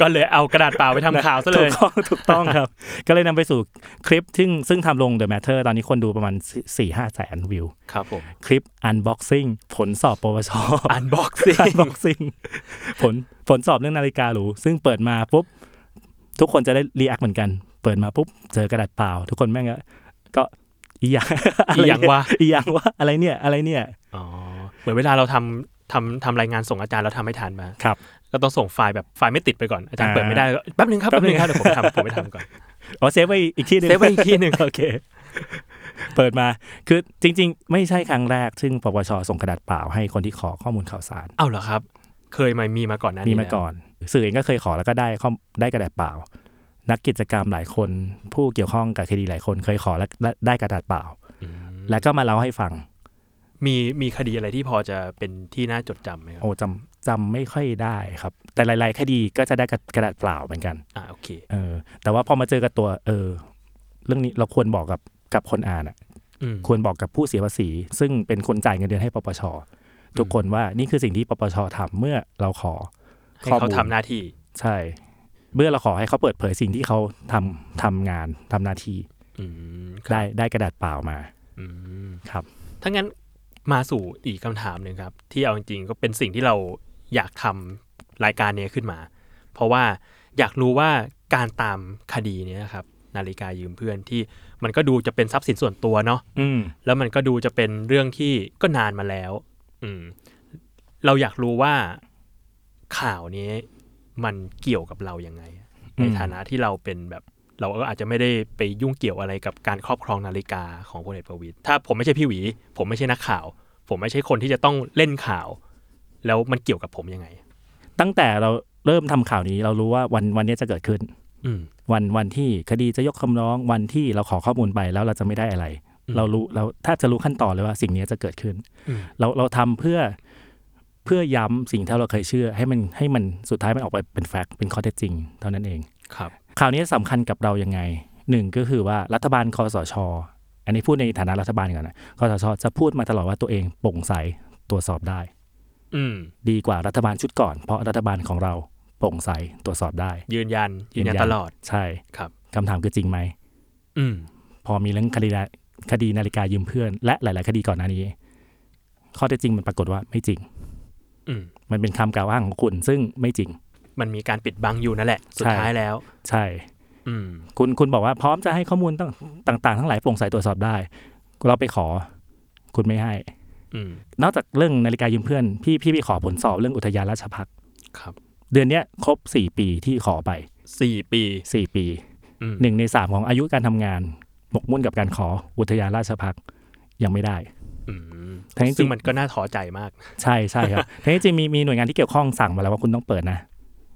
Speaker 2: ก็เลยเอา กระดาษเปล่าไปทำข่าวซะเลย
Speaker 4: ถูกต้องถูกต้องครับ ก็เลยนำไปสู่คลิปซึ่งซึ่งทำลง The Matter ตอนนี้คนดูประมาณ 4 5แสนวิว
Speaker 2: ครับผม
Speaker 4: คลิป Unboxing ผลสอบปวช
Speaker 2: อันบ็อกซิ่ง
Speaker 4: Unboxing ผลผลสอบเรื่องนาฬิกาหรู ซึ่งเปิดมาปุ๊บ ทุกคนจะได้รีแอคเหมือนกัน เปิดมาปุ๊บ เจอกระดาษเปล่า ทุกคนแม่งก็ก็อีหยัง
Speaker 2: อีหยังวะ
Speaker 4: อีหยังวะอะไรเนี่ยอะไรเนี่ย
Speaker 2: อ๋อ เหมือนเวลาเราทำทำทำรายงานส่งอาจารย์เราทำไม่ทันมา
Speaker 4: ครับ
Speaker 2: ก็ต้องส่งไฟล์แบบไฟล์ไม่ติดไปก่อน อาจารย์เปิดไม่ได้ก็แป๊บหนึงครับแป๊บหนึงครับเดี๋ยวผมทำผมไปทำก่อน
Speaker 4: อ๋อเซฟไว้อีกที่หนึ่ง
Speaker 2: เซฟไว้ อีกที่หนึ่ง
Speaker 4: โอเค เปิดมาคือจริง ๆ ไม่ใช่ครั้งแรก ซึ่งปปชส่งกระดาษเปล่าให้คนที่ขอข้อมูลข่าวสาร
Speaker 2: เอ้าเหรอครับ เคยมามีมาก่อนหนั้าน
Speaker 4: มี
Speaker 2: แล้ว
Speaker 4: มาก่อน สื่อเองก็เคยขอแล้วก็ได้ข้อได้กระดาษเปล่า นักกิจกรรมหลายคน ผู้เกี่ยวข้องกับคดีหลายคนเคยขอและและได้กระดาษเปล่า
Speaker 2: อืม
Speaker 4: แล้วก็มาเล่าให้ฟัง
Speaker 2: มีมีคดีอะไรที่พอจะเป็นที่น่าจดจำไหมครับ
Speaker 4: โอ้จำจำไม่ค่อยได้ครับ แต่หลาย ๆ คดีก็จะได้กระกระดาษเปล่าเหมือนกัน
Speaker 2: อ่าโอเค
Speaker 4: เออ แต่ว่าพอมาเจอกับตัว เออ เรื่องนี้เราควรบอกกับกับคนอ่านอะ
Speaker 2: อืม
Speaker 4: ควรบอกกับผู้เสียภาษี ซึ่งเป็นคนจ่ายเงินเดือนให้ปปชทุกคนว่านี่คือสิ่งที่ปปชทำเมื่อเราขอ
Speaker 2: ให้
Speaker 4: ข้อ
Speaker 2: เขา
Speaker 4: มูล
Speaker 2: ทำหน้าที่
Speaker 4: ใช่ เมื่อเราขอให้เขาเปิดเผยสิ่งที่เขาทำทำงานทำหน้าที่
Speaker 2: อืมครับ
Speaker 4: ได้ได้กระดาษเปล่ามา
Speaker 2: อืม
Speaker 4: ครับ
Speaker 2: ถ้างั้นมาสู่อีกคำถามหนึ่งครับ ที่เอาจริงๆก็เป็นสิ่งที่เราอยากทำรายการเนี้ยขึ้นมา เพราะว่าอยากรู้ว่าการตามคดีเนี้ยครับ นาฬิกายืมเพื่อนที่มันก็ดูจะเป็นทรัพย์สินส่วนตัวเนาะ
Speaker 4: อืม
Speaker 2: แล้วมันก็ดูจะเป็นเรื่องที่ก็นานมาแล้ว อืม เราอยากรู้ว่าข่าวนี้มันเกี่ยวกับเรายังไง
Speaker 4: อืม
Speaker 2: ในฐานะที่เราเป็นแบบ เราก็อาจจะไม่ได้ไปยุ่งเกี่ยวอะไรกับการครอบครองนาฬิกาของพลเอกประวิตยถ้าผมไม่ใช่พี่หวี ผมไม่ใช่นักข่าว ผมไม่ใช่คนที่จะต้องเล่นข่าว แล้วมันเกี่ยวกับผมยังไง
Speaker 4: ตั้งแต่เราเริ่มทำข่าวนี้ เรารู้ว่าวันวันนี้จะเกิดขึ้น
Speaker 2: อืม
Speaker 4: วันวันที่คดีจะยกคำร้องวันที่เราขอข้อมูลไปแล้วเราจะไม่ได้อะไร
Speaker 2: อืม
Speaker 4: เรารู้เราแทบจะรู้ขั้นตอนเลยว่าสิ่งนี้จะเกิดขึ้น
Speaker 2: อืม
Speaker 4: เราเราทำเพื่อเพื่อย้ำสิ่งที่เราเคยเชื่อ ให้มันให้มันสุดท้ายมันออกไปเป็นแฟกต์เป็นข้อเท็จจริงเท่านั้นเอง
Speaker 2: ครับ
Speaker 4: ข่าวนี้สำคัญกับเรายังไงหนึ่งก็คือว่ารัฐบาลคอสช อันนี้พูดในฐานะรัฐบาลก่อนนะกสชจะพูดมาตลอดว่าตัวเองโปร่งใสตรวจสอบได้
Speaker 2: อืม
Speaker 4: ดีกว่ารัฐบาลชุดก่อน เพราะรัฐบาลของเราโปร่งใสตรวจสอบได้
Speaker 2: ยืนยัน ยืนยัน
Speaker 4: ยืนยัน
Speaker 2: ตลอด
Speaker 4: ใช่
Speaker 2: ครับ
Speaker 4: คำถามคือจริงไหม
Speaker 2: อืม
Speaker 4: พอมีเรื่องคดีละคดีนาฬิกายืมเพื่อน และหลาย ๆ คดีก่อนหน้านี้ ข้อเท็จจริงมันปรากฏว่าไม่จริง
Speaker 2: อืม
Speaker 4: มันเป็นคำกล่าวอ้างของคุณ ซึ่งไม่จริง
Speaker 2: มันมีการปิดบังอยู่นั่นแหละ สุด
Speaker 4: ใช่
Speaker 2: ท้ายแล้ว
Speaker 4: ใช่
Speaker 2: อืม
Speaker 4: คุณคุณบอกว่าพร้อมจะให้ข้อมูลต่างต่าง ๆ ทั้งหลายโปร่งใสตรวจสอบได้ เราไปขอ คุณไม่ให้
Speaker 2: อืม
Speaker 4: นอกจากเรื่องนาฬิกายืมเพื่อน พี่พี่ไปขอผลสอบเรื่องอุทยานราชพักษ์
Speaker 2: ครับ
Speaker 4: เดือนเนี้ยครบ 4 ปีที่ขอไป
Speaker 2: สี่ปี
Speaker 4: 4 ปี
Speaker 2: อืม
Speaker 4: หนึ่งในสามของอายุการทำงานหมกมุ่นกับการขออุทยานราชพักษ์ยังไม่ได้
Speaker 2: อืม
Speaker 4: ทั้งจริง
Speaker 2: ซึ่งมันก็น่าท้อใจมาก
Speaker 4: ใช่ใช่ ครับ ทีนี้จริงๆมีมีหน่วยงานที่เกี่ยวข้องสั่งมาแล้วว่าคุณต้องเปิดนะ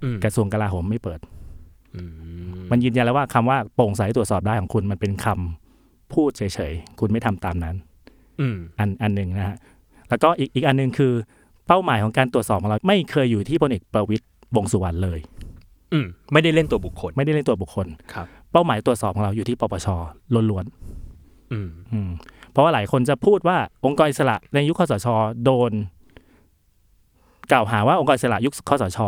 Speaker 2: อืม
Speaker 4: กระทรวงกลาโหมไม่เปิด
Speaker 2: อืม
Speaker 4: มันยืนยันแล้วว่าคำว่าโปร่งใสตรวจสอบได้ของคุณมันเป็นคำพูดเฉยๆ คุณไม่ทำตามนั้น
Speaker 2: อืม
Speaker 4: อันอันหนึ่งนะฮะ แล้วก็อีกอีกอันหนึ่งคือเป้าหมายของการตรวจสอบของเราไม่เคยอยู่ที่พลเอกประวิตยวงษ์สุวรรณเลย
Speaker 2: อืม ไม่ได้เล่นตัวบุคคล
Speaker 4: ไม่ได้เล่นตัวบุคคล
Speaker 2: ครับ
Speaker 4: เป้าหมายตรวจสอบของเราอยู่ที่ปปชล้วน
Speaker 2: อืม
Speaker 4: ๆอืมเพราะว่าหลายคนจะพูดว่าองค์กรอิสระในยุคคสชโดน กล่าวหาว่าองค์กรอิสระยุคคสช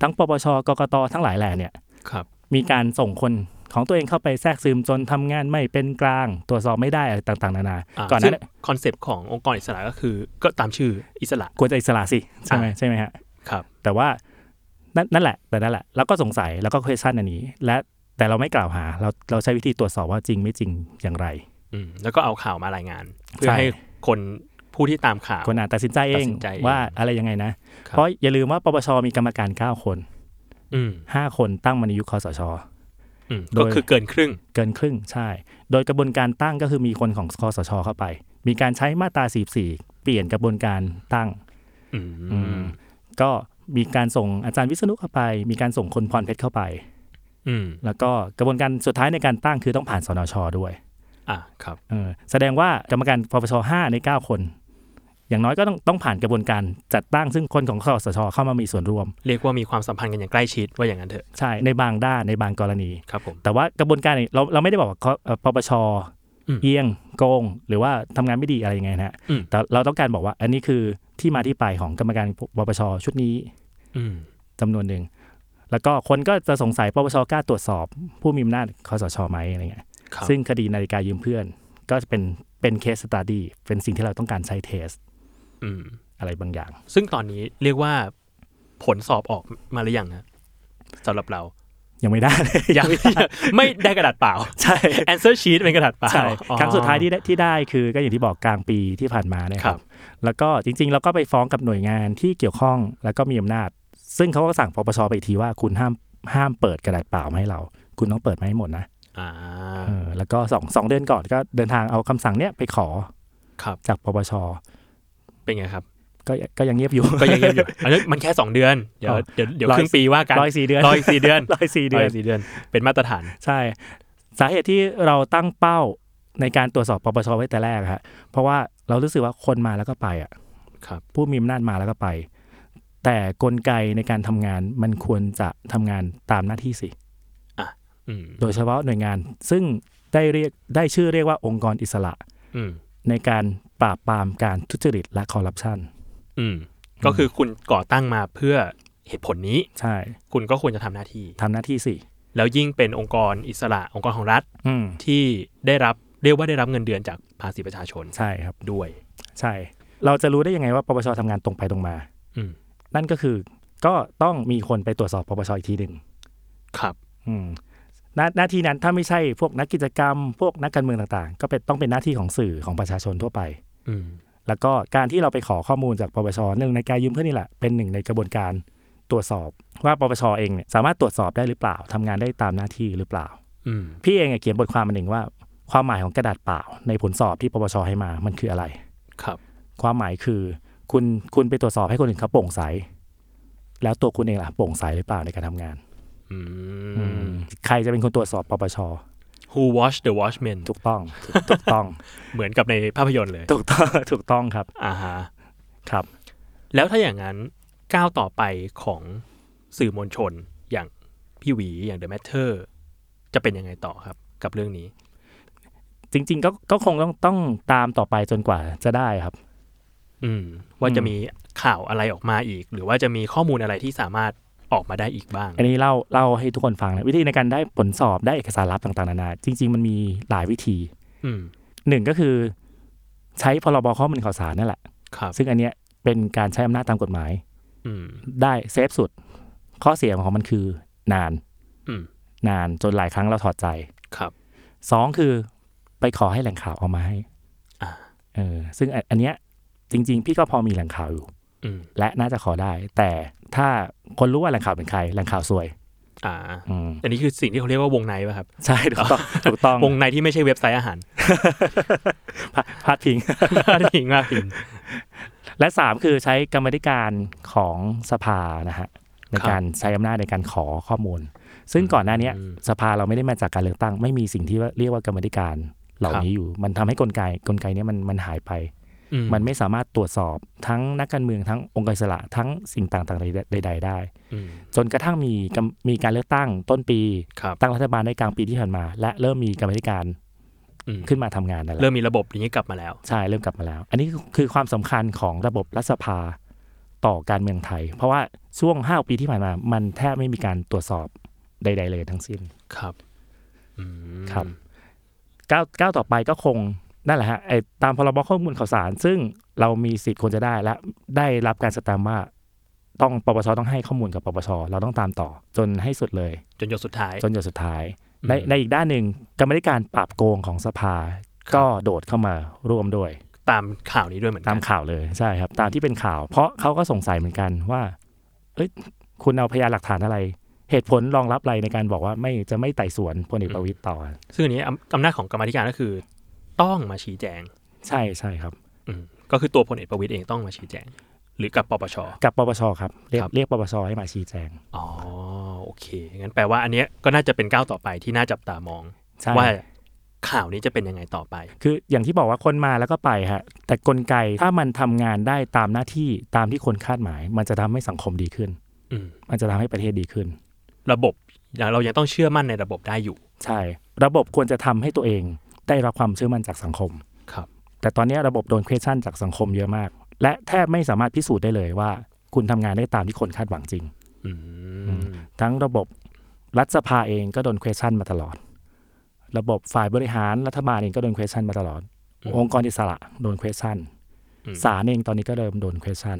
Speaker 4: ทั้งปปชกกตทั้งหลายแหล่เนี่ย
Speaker 2: ครับ
Speaker 4: มีการส่งคนของตัวเองเข้าไปแทรกซึมจนทำงานไม่เป็นกลาง ตรวจสอบไม่ได้อะไรต่างๆ นานาก่
Speaker 2: ก่อ
Speaker 4: อ
Speaker 2: น
Speaker 4: นห
Speaker 2: นั้
Speaker 4: นั้น น
Speaker 2: คอนเซปต์ขององค์กรอิสระก็คือ ก็ตามชื่ออิสระ
Speaker 4: ควรจะอิสระสิ ใช่ไหมใช่ไหมฮะ
Speaker 2: ครับ
Speaker 4: แต่ว่านั่นนั่นแหละแต่นั่นแหละเราก็สงสัยแล้วก็ question อันนี้ และแต่เราไม่กล่าวหา เราเราใช้วิธีตรวจสอบว่าจริงไม่จริงอย่างไร
Speaker 2: อืม แล้วก็เอาข่าวมารายงาน เพื่อ
Speaker 4: ใช่
Speaker 2: ให้คนผู้ที่ตามข่าว
Speaker 4: คนอ่านตัดสินใจเอ
Speaker 2: ตั
Speaker 4: ง
Speaker 2: ดสินใจเอง
Speaker 4: ว่าอะไรยังไงนะ
Speaker 2: ครับ
Speaker 4: เพราะอย่าลืมว่าปปชมีกรรมการ 9 คน
Speaker 2: อืม
Speaker 4: 5 คนตั้งมาในยุคคอสช
Speaker 2: อืม
Speaker 4: โด
Speaker 2: ก็
Speaker 4: ย
Speaker 2: คือเกินครึ่ง
Speaker 4: เกินครึ่งใช่ โดยกระบวนการตั้งก็คือมีคนของคอสช เข้าไป มีการใช้มาตรา44 เปลี่ยนกระบวนการตั้ง
Speaker 2: อื
Speaker 4: อื
Speaker 2: ม
Speaker 4: มก็มีการส่งอาจารย์วิษณุเข้าไป มีการส่งคนพรเพชรเข้าไป
Speaker 2: อืม
Speaker 4: แล้วก็กระบวนการสุดท้ายในการตั้งคือต้องผ่านสนชด้วย
Speaker 2: อ่ะ ครับ
Speaker 4: เออแสดงว่ากรรมการปปช5ใน 9 คน อย่างน้อยก็ต้องต้องผ่านกระบวนการจัดตั้งซึ่งคนของคอสช เข้ามามีส่วนร่วม
Speaker 2: เรียกว่ามีความสัมพันธ์กันอย่างใกล้ชิดว่าอย่างนั้นเถอะ
Speaker 4: ใช่ในบางด้านในบางกรณี
Speaker 2: ครับผม
Speaker 4: แต่ว่ากระบวนการเนี่ยเราเราไม่ได้บอกว่าคเอ่อปปช
Speaker 2: อืม
Speaker 4: เอียงโกง หรือว่าทำงานไม่ดีอะไรยังไงนะฮะ
Speaker 2: อืม
Speaker 4: แต่เราต้องการบอกว่าอันนี้คือที่มาที่ไปของกรรมการปปชชุดนี้
Speaker 2: อืม
Speaker 4: จำนวนหนึ่ง แล้วก็คนก็จะสงสัยปปชกล้าตรวจสอบ ผู้มีอำนาจคอสชไหมอะไรเงี้ย
Speaker 2: ครับ
Speaker 4: ซึ่งคดีนาฬิกายืมเพื่อน ก็จะเป็นเป็นเคสสตาดี้เป็นสิ่งที่เราต้องการใช้เทส
Speaker 2: อืม
Speaker 4: อะไรบางอย่าง
Speaker 2: ซึ่งตอนนี้เรียกว่าผลสอบออกมาหรือยังฮะสำหรับเรา
Speaker 4: ยังไม่ได้
Speaker 2: ยังไม่ได้กระดาษเปล่า
Speaker 4: ใช่
Speaker 2: แอนเซอร์ชีตเป็นกระดาษเปล่า
Speaker 4: ใช่
Speaker 2: อ๋อ
Speaker 4: ครั้งสุดท้ายที่ได้ที่ได้คือก็อย่างที่บอกกลางปีที่ผ่านมาเนี่ยค
Speaker 2: ครั
Speaker 4: รับ บ แล้วก็จริงๆ เราก็ไปฟ้องกับหน่วยงานที่เกี่ยวข้องแล้วก็มีอำนาจ ซึ่งเขาก็สั่งปปชไปอีกทีว่าคุณห้ามห้ามเปิดกระดาษเปล่ามาให้เรา คุณต้องเปิดมาให้หมดนะ
Speaker 2: อ่า
Speaker 4: เออแล้วก็สองสองเดือนก่อนก็เดินทางเอาคำสั่งเนี้ยไปขอ
Speaker 2: ครับ
Speaker 4: จากปปช
Speaker 2: เป็นไงครับ
Speaker 4: ก็ก็ยังเงียบอยู่
Speaker 2: ก็ยังเงียบอยู่ อันนี้มันแค่ 2 เดือน เดี๋ยว
Speaker 4: อ๋อ
Speaker 2: เดี๋ยวเดี๋ยว
Speaker 4: ร้อย
Speaker 2: ครึ่งปีว่ากัน
Speaker 4: ร้อยสี่เดือน
Speaker 2: รออีกสี่เดือน
Speaker 4: ร้อยสี่เดือ
Speaker 2: ร
Speaker 4: น
Speaker 2: กสี่เดือน เป็นมาตรฐาน
Speaker 4: ใช่ สาเหตุที่เราตั้งเป้าในการตรวจสอบปปชไว้แต่แรกฮะเพราะว่าเรารู้สึกว่าคนมาแล้วก็ไปอ่ะ
Speaker 2: ครับ
Speaker 4: ผู้มีอำนาจมาแล้วก็ไป แต่กลไกในการทำงานมันควรจะทำงานตามหน้าที่สิ
Speaker 2: อืม
Speaker 4: โดยเฉพาะหน่วยงานซึ่งได้เรียกได้ชื่อเรียกว่าองค์กรอิสระ
Speaker 2: อืม
Speaker 4: ในการปราบปรามการทุจริตและคอร์รัปชัน
Speaker 2: อืม ก็คือคุณก่อตั้งมาเพื่อเหตุผลนี้
Speaker 4: ใช่
Speaker 2: คุณก็ควรจะทำหน้าที่
Speaker 4: ทำหน้าที่สิ
Speaker 2: แล้วยิ่งเป็นองค์กรอิสระองค์กรของรัฐ
Speaker 4: อืม
Speaker 2: ที่ได้รับเรียกว่าได้รับเงินเดือนจากภาษีประชาชน
Speaker 4: ใช่ครับ
Speaker 2: ด้วย
Speaker 4: ใช่ เราจะรู้ได้ยังไงว่าปปชทำงานตรงไปตรงมา
Speaker 2: อืม
Speaker 4: นั่นก็คือก็ต้องมีคนไปตรวจสอบปปชอีกทีหนึ่ง
Speaker 2: ครับ
Speaker 4: อืมหน้าหน้าที่นั้นถ้าไม่ใช่พวกนักกิจกรรม พวกนักการเมืองต่างๆ ก็เป็นต้องเป็นหน้าที่ของสื่อของประชาชนทั่วไป
Speaker 2: อืม
Speaker 4: แล้วก็การที่เราไปขอข้อมูลจากปปชเรื่องในการยืมเพื่อนนี่แหละ เป็นหนึ่งในกระบวนการตรวจสอบ ว่าปปชเองเนี่ยสามารถตรวจสอบได้หรือเปล่าทำงานได้ตามหน้าที่หรือเปล่า
Speaker 2: อืม
Speaker 4: พี่เองอะเขียนบทความมาหนึ่งว่า ความหมายของกระดาษเปล่า ในผลสอบที่ปปชให้มามันคืออะไร
Speaker 2: ครับ
Speaker 4: ความหมายคือ คุณคุณไปตรวจสอบให้คนอื่นเขาโปร่งใส แล้วตัวคุณเองล่ะโปร่งใสหรือเปล่าในการทำงาน
Speaker 2: อื
Speaker 4: อื
Speaker 2: ม
Speaker 4: มใครจะเป็นคนตรวจสอบปปช
Speaker 2: Who Watch the Watchmen
Speaker 4: ถูกต้องถูกต้อง
Speaker 2: เหมือนกับในภาพยนตร์เลย
Speaker 4: ถูกต้องถูกต้องครับ
Speaker 2: อ่าฮะ
Speaker 4: ครับ
Speaker 2: แล้วถ้าอย่างนั้นก้าวต่อไปของสื่อมวลชนอย่างพี่หวีอย่าง The Matter จะเป็นยังไงต่อครับ กับเรื่องนี้
Speaker 4: จริง ๆ ก็ก็คงต้องต้องตามต่อไปจนกว่าจะได้ครับ
Speaker 2: อืมว่าจะมีข่าวอะไรออกมาอีก หรือว่าจะมีข้อมูลอะไรที่สามารถออกมาได้อีกบ้าง
Speaker 4: อันนี้เล่าเล่าให้ทุกคนฟังนะวิธีในการได้ผลสอบได้เอกสารลับต่างๆนานาจริง ๆ มันมีหลายวิธี
Speaker 2: อืม
Speaker 4: หนึ่งก็คือ ใช้พรบข้อมูลข่าวสารนั่นแหละ
Speaker 2: ครับ
Speaker 4: ซึ่งอันเนี้ยเป็นการใช้อำนาจตามกฎหมาย
Speaker 2: อืม
Speaker 4: ได้เซฟสุด ข้อเสียของมันคือนาน
Speaker 2: อืม
Speaker 4: นานจนหลายครั้งเราถอดใจ
Speaker 2: ครับ
Speaker 4: สองคือไปขอให้แหล่งข่าวเอามาให้
Speaker 2: อ่า
Speaker 4: เออซึ่งอันอันเนี้ยจริง ๆ พี่ก็พอมีแหล่งข่าวอยู่
Speaker 2: อืม
Speaker 4: และน่าจะขอได้ แต่ถ้าคนรู้ว่าแหล่งข่าวเป็นใครแหล่งข่าวซวย
Speaker 2: อ่า
Speaker 4: อืม
Speaker 2: อันนี้คือสิ่งที่เขาเรียกว่าวงในป่ะครับ
Speaker 4: ใช่ถูกต้องถูกต้อง
Speaker 2: วงในที่ไม่ใช่เว็บไซต์อาหาร
Speaker 4: พาพาดพิง
Speaker 2: จริงมากจริง
Speaker 4: และ 3 คือใช้กรรมาธิการของสภานะฮะในการใช้อำนาจในการขอข้อมูล ซึ่งก่อนหน้าเนี้ย
Speaker 2: อืม
Speaker 4: สภาเราไม่ได้มาจากการเลือกตั้ง ไม่มีสิ่งที่เรียกว่ากรรมาธิการเหล่านี้อยู่ มันทำให้กลไกกลไกเนี้ยมันมันหายไป
Speaker 2: อืม
Speaker 4: มันไม่สามารถตรวจสอบทั้งนักการเมืองทั้งองค์กรอิสระทั้งสิ่งต่างๆใดๆได้
Speaker 2: อืม
Speaker 4: จนกระทั่งมีกำมีการเลือกตั้งต้นปี
Speaker 2: ครับ
Speaker 4: ตั้งรัฐบาลได้กลางปีที่ผ่านมา และเริ่มมีกรรมาธิการ
Speaker 2: อืม
Speaker 4: ขึ้นมาทำงานนั่นแหละ
Speaker 2: เริ่มมีระบบอย่างนี้กลับมาแล้ว
Speaker 4: ใช่ เริ่มกลับมาแล้ว อันนี้คือคือความสำคัญของระบบรัฐสภาต่อการเมืองไทย เพราะว่าช่วง 5 ปีที่ผ่านมา มันแทบไม่มีการตรวจสอบใด ๆ เลยทั้งสิ้น
Speaker 2: ครับอืม
Speaker 4: ครับ ก้าวก้าวต่อไปก็คงนั่นแหละฮะไอ้ตามพรบข้อมูลข่าวสาร ซึ่งเรามีสิทธิ์ควรจะได้และได้รับการสแตมป์ว่าต้องปปชต้องให้ข้อมูลกับปปชเราต้องตามต่อ จนให้สุดเลย
Speaker 2: จนหยดสุดท้าย
Speaker 4: จนหยดสุดท้าย
Speaker 2: อืม
Speaker 4: ในในอีกด้านหนึ่งกรรมาธิการปราบโกงของสภา ก็โดดเข้ามาร่วมด้วย
Speaker 2: ตามข่าวนี้ด้วยเหมือน
Speaker 4: ตา
Speaker 2: กั
Speaker 4: ม
Speaker 2: น
Speaker 4: ข่าวเลยใช่ครับ ตามที่เป็นข่าว เพราะเขาก็สงสัยเหมือนกันว่า เอ้ยคุณเอาพยานหลักฐานอะไร เหตุผลรองรับอะไรในการบอกว่าไม่จะไม่ไต่สวนพลเอกประวิตยต่อ
Speaker 2: ซึ่งอันนี้อำอำนาจของกรรมาธิการก็คือ ต้องมาชี้แจง
Speaker 4: ใช่ใช่ครับ
Speaker 2: อืมก็คือตัวพลเอกประวิตยเองต้องมาชี้แจง หรือกับปปช
Speaker 4: กับปปชครับ เรียก
Speaker 2: ครับ
Speaker 4: เรียกปปชให้มาชี้แจง
Speaker 2: อ๋อโอเคงั้นแปลว่าอันเนี้ยก็น่าจะเป็นก้าวต่อไปที่น่าจับตามอง
Speaker 4: ใช่
Speaker 2: ว่าข่าวนี้จะเป็นยังไงต่อไป
Speaker 4: คืออย่างที่บอกว่าคนมาแล้วก็ไปฮะแต่กลไกถ้ามันทำงานได้ตามหน้าที่ตามที่คนคาดหมาย มันจะทำให้สังคมดีขึ้น
Speaker 2: อืม
Speaker 4: มันจะทำให้ประเทศดีขึ้น
Speaker 2: ระบบเรายังต้องเชื่อมั่นในระบบได้อยู่
Speaker 4: ใช่ ระบบควรจะทำให้ตัวเองได้รับความเชื่อมั่นจากสังคม
Speaker 2: ครับ
Speaker 4: แต่ตอนนี้ระบบโดน question จากสังคมเยอะมาก และแทบไม่สามารถพิสูจน์ได้เลยว่า คุณทำงานได้ตามที่คนคาดหวังจริง
Speaker 2: อืม
Speaker 4: ทั้งระบบรัฐสภาเองก็โดน question มาตลอด ระบบฝ่ายบริหารรัฐบาลเองก็โดน question มาตลอด องค์กรอิสระโดน question ศาลเองตอนนี้ก็เริ่มโดน question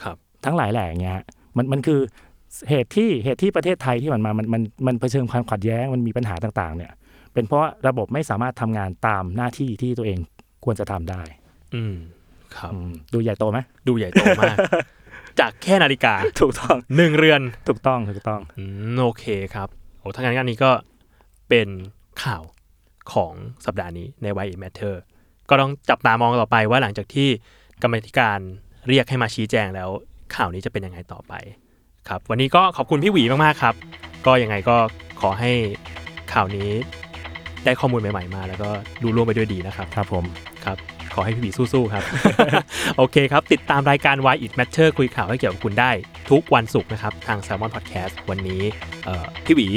Speaker 2: ครับ
Speaker 4: ทั้งหลายแหล่อย่างเงี้ยมันมันคือเหตุที่เหตุที่ประเทศไทยที่ผ่านมามันมันมันเผชิญความขัดแย้งมันมีปัญหาต่างๆ เนี่ย เป็นเพราะระบบไม่สามารถทำงานตามหน้าที่ที่ตัวเองควรจะทำได้
Speaker 2: อืมครับ
Speaker 4: อืมดูใหญ่โตไหม
Speaker 2: ดูใหญ่โตมาก จากแค่นาฬิกา
Speaker 4: ถูกต้อง
Speaker 2: หนึ่งเรือน
Speaker 4: ถูกต้อง ถูกต้อง
Speaker 2: อืมโอเคครับโอ้ทั้างนั้นอันนี้ก็เป็นข่าวของสัปดาห์นี้ใน Why It Matter ก็ต้องจับตามองต่อไปว่าหลังจากที่กรรมาธิการเรียกให้มาชี้แจงแล้ว ข่าวนี้จะเป็นยังไงต่อไป ครับ วันนี้ก็ขอบคุณพี่หวีมากๆครับ ก็ยังไงก็ขอให้ข่าวนี้ได้ข้อมูลใหม่ๆมา แล้วก็ดูร่วมไปด้วยดีนะครับ
Speaker 4: ครับผม
Speaker 2: ครับ ขอให้พี่บีสู้ๆครับ โอเคครับ ติดตามรายการ Why It Matter คุยข่าวให้เกี่ยวกับคุณได้ ทุกวันศุกร์นะครับ ทาง Salmon Podcast วันนี้เอ่อพี่หวี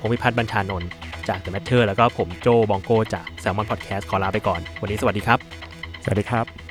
Speaker 2: ผมพิพัฒน์บัญชานนท์จาก The Matter แล้วก็ผมโจบองโกจาก Salmon Podcast ขอลาไปก่อน วันนี้สวัสดีครับ
Speaker 4: สวัสดีครับ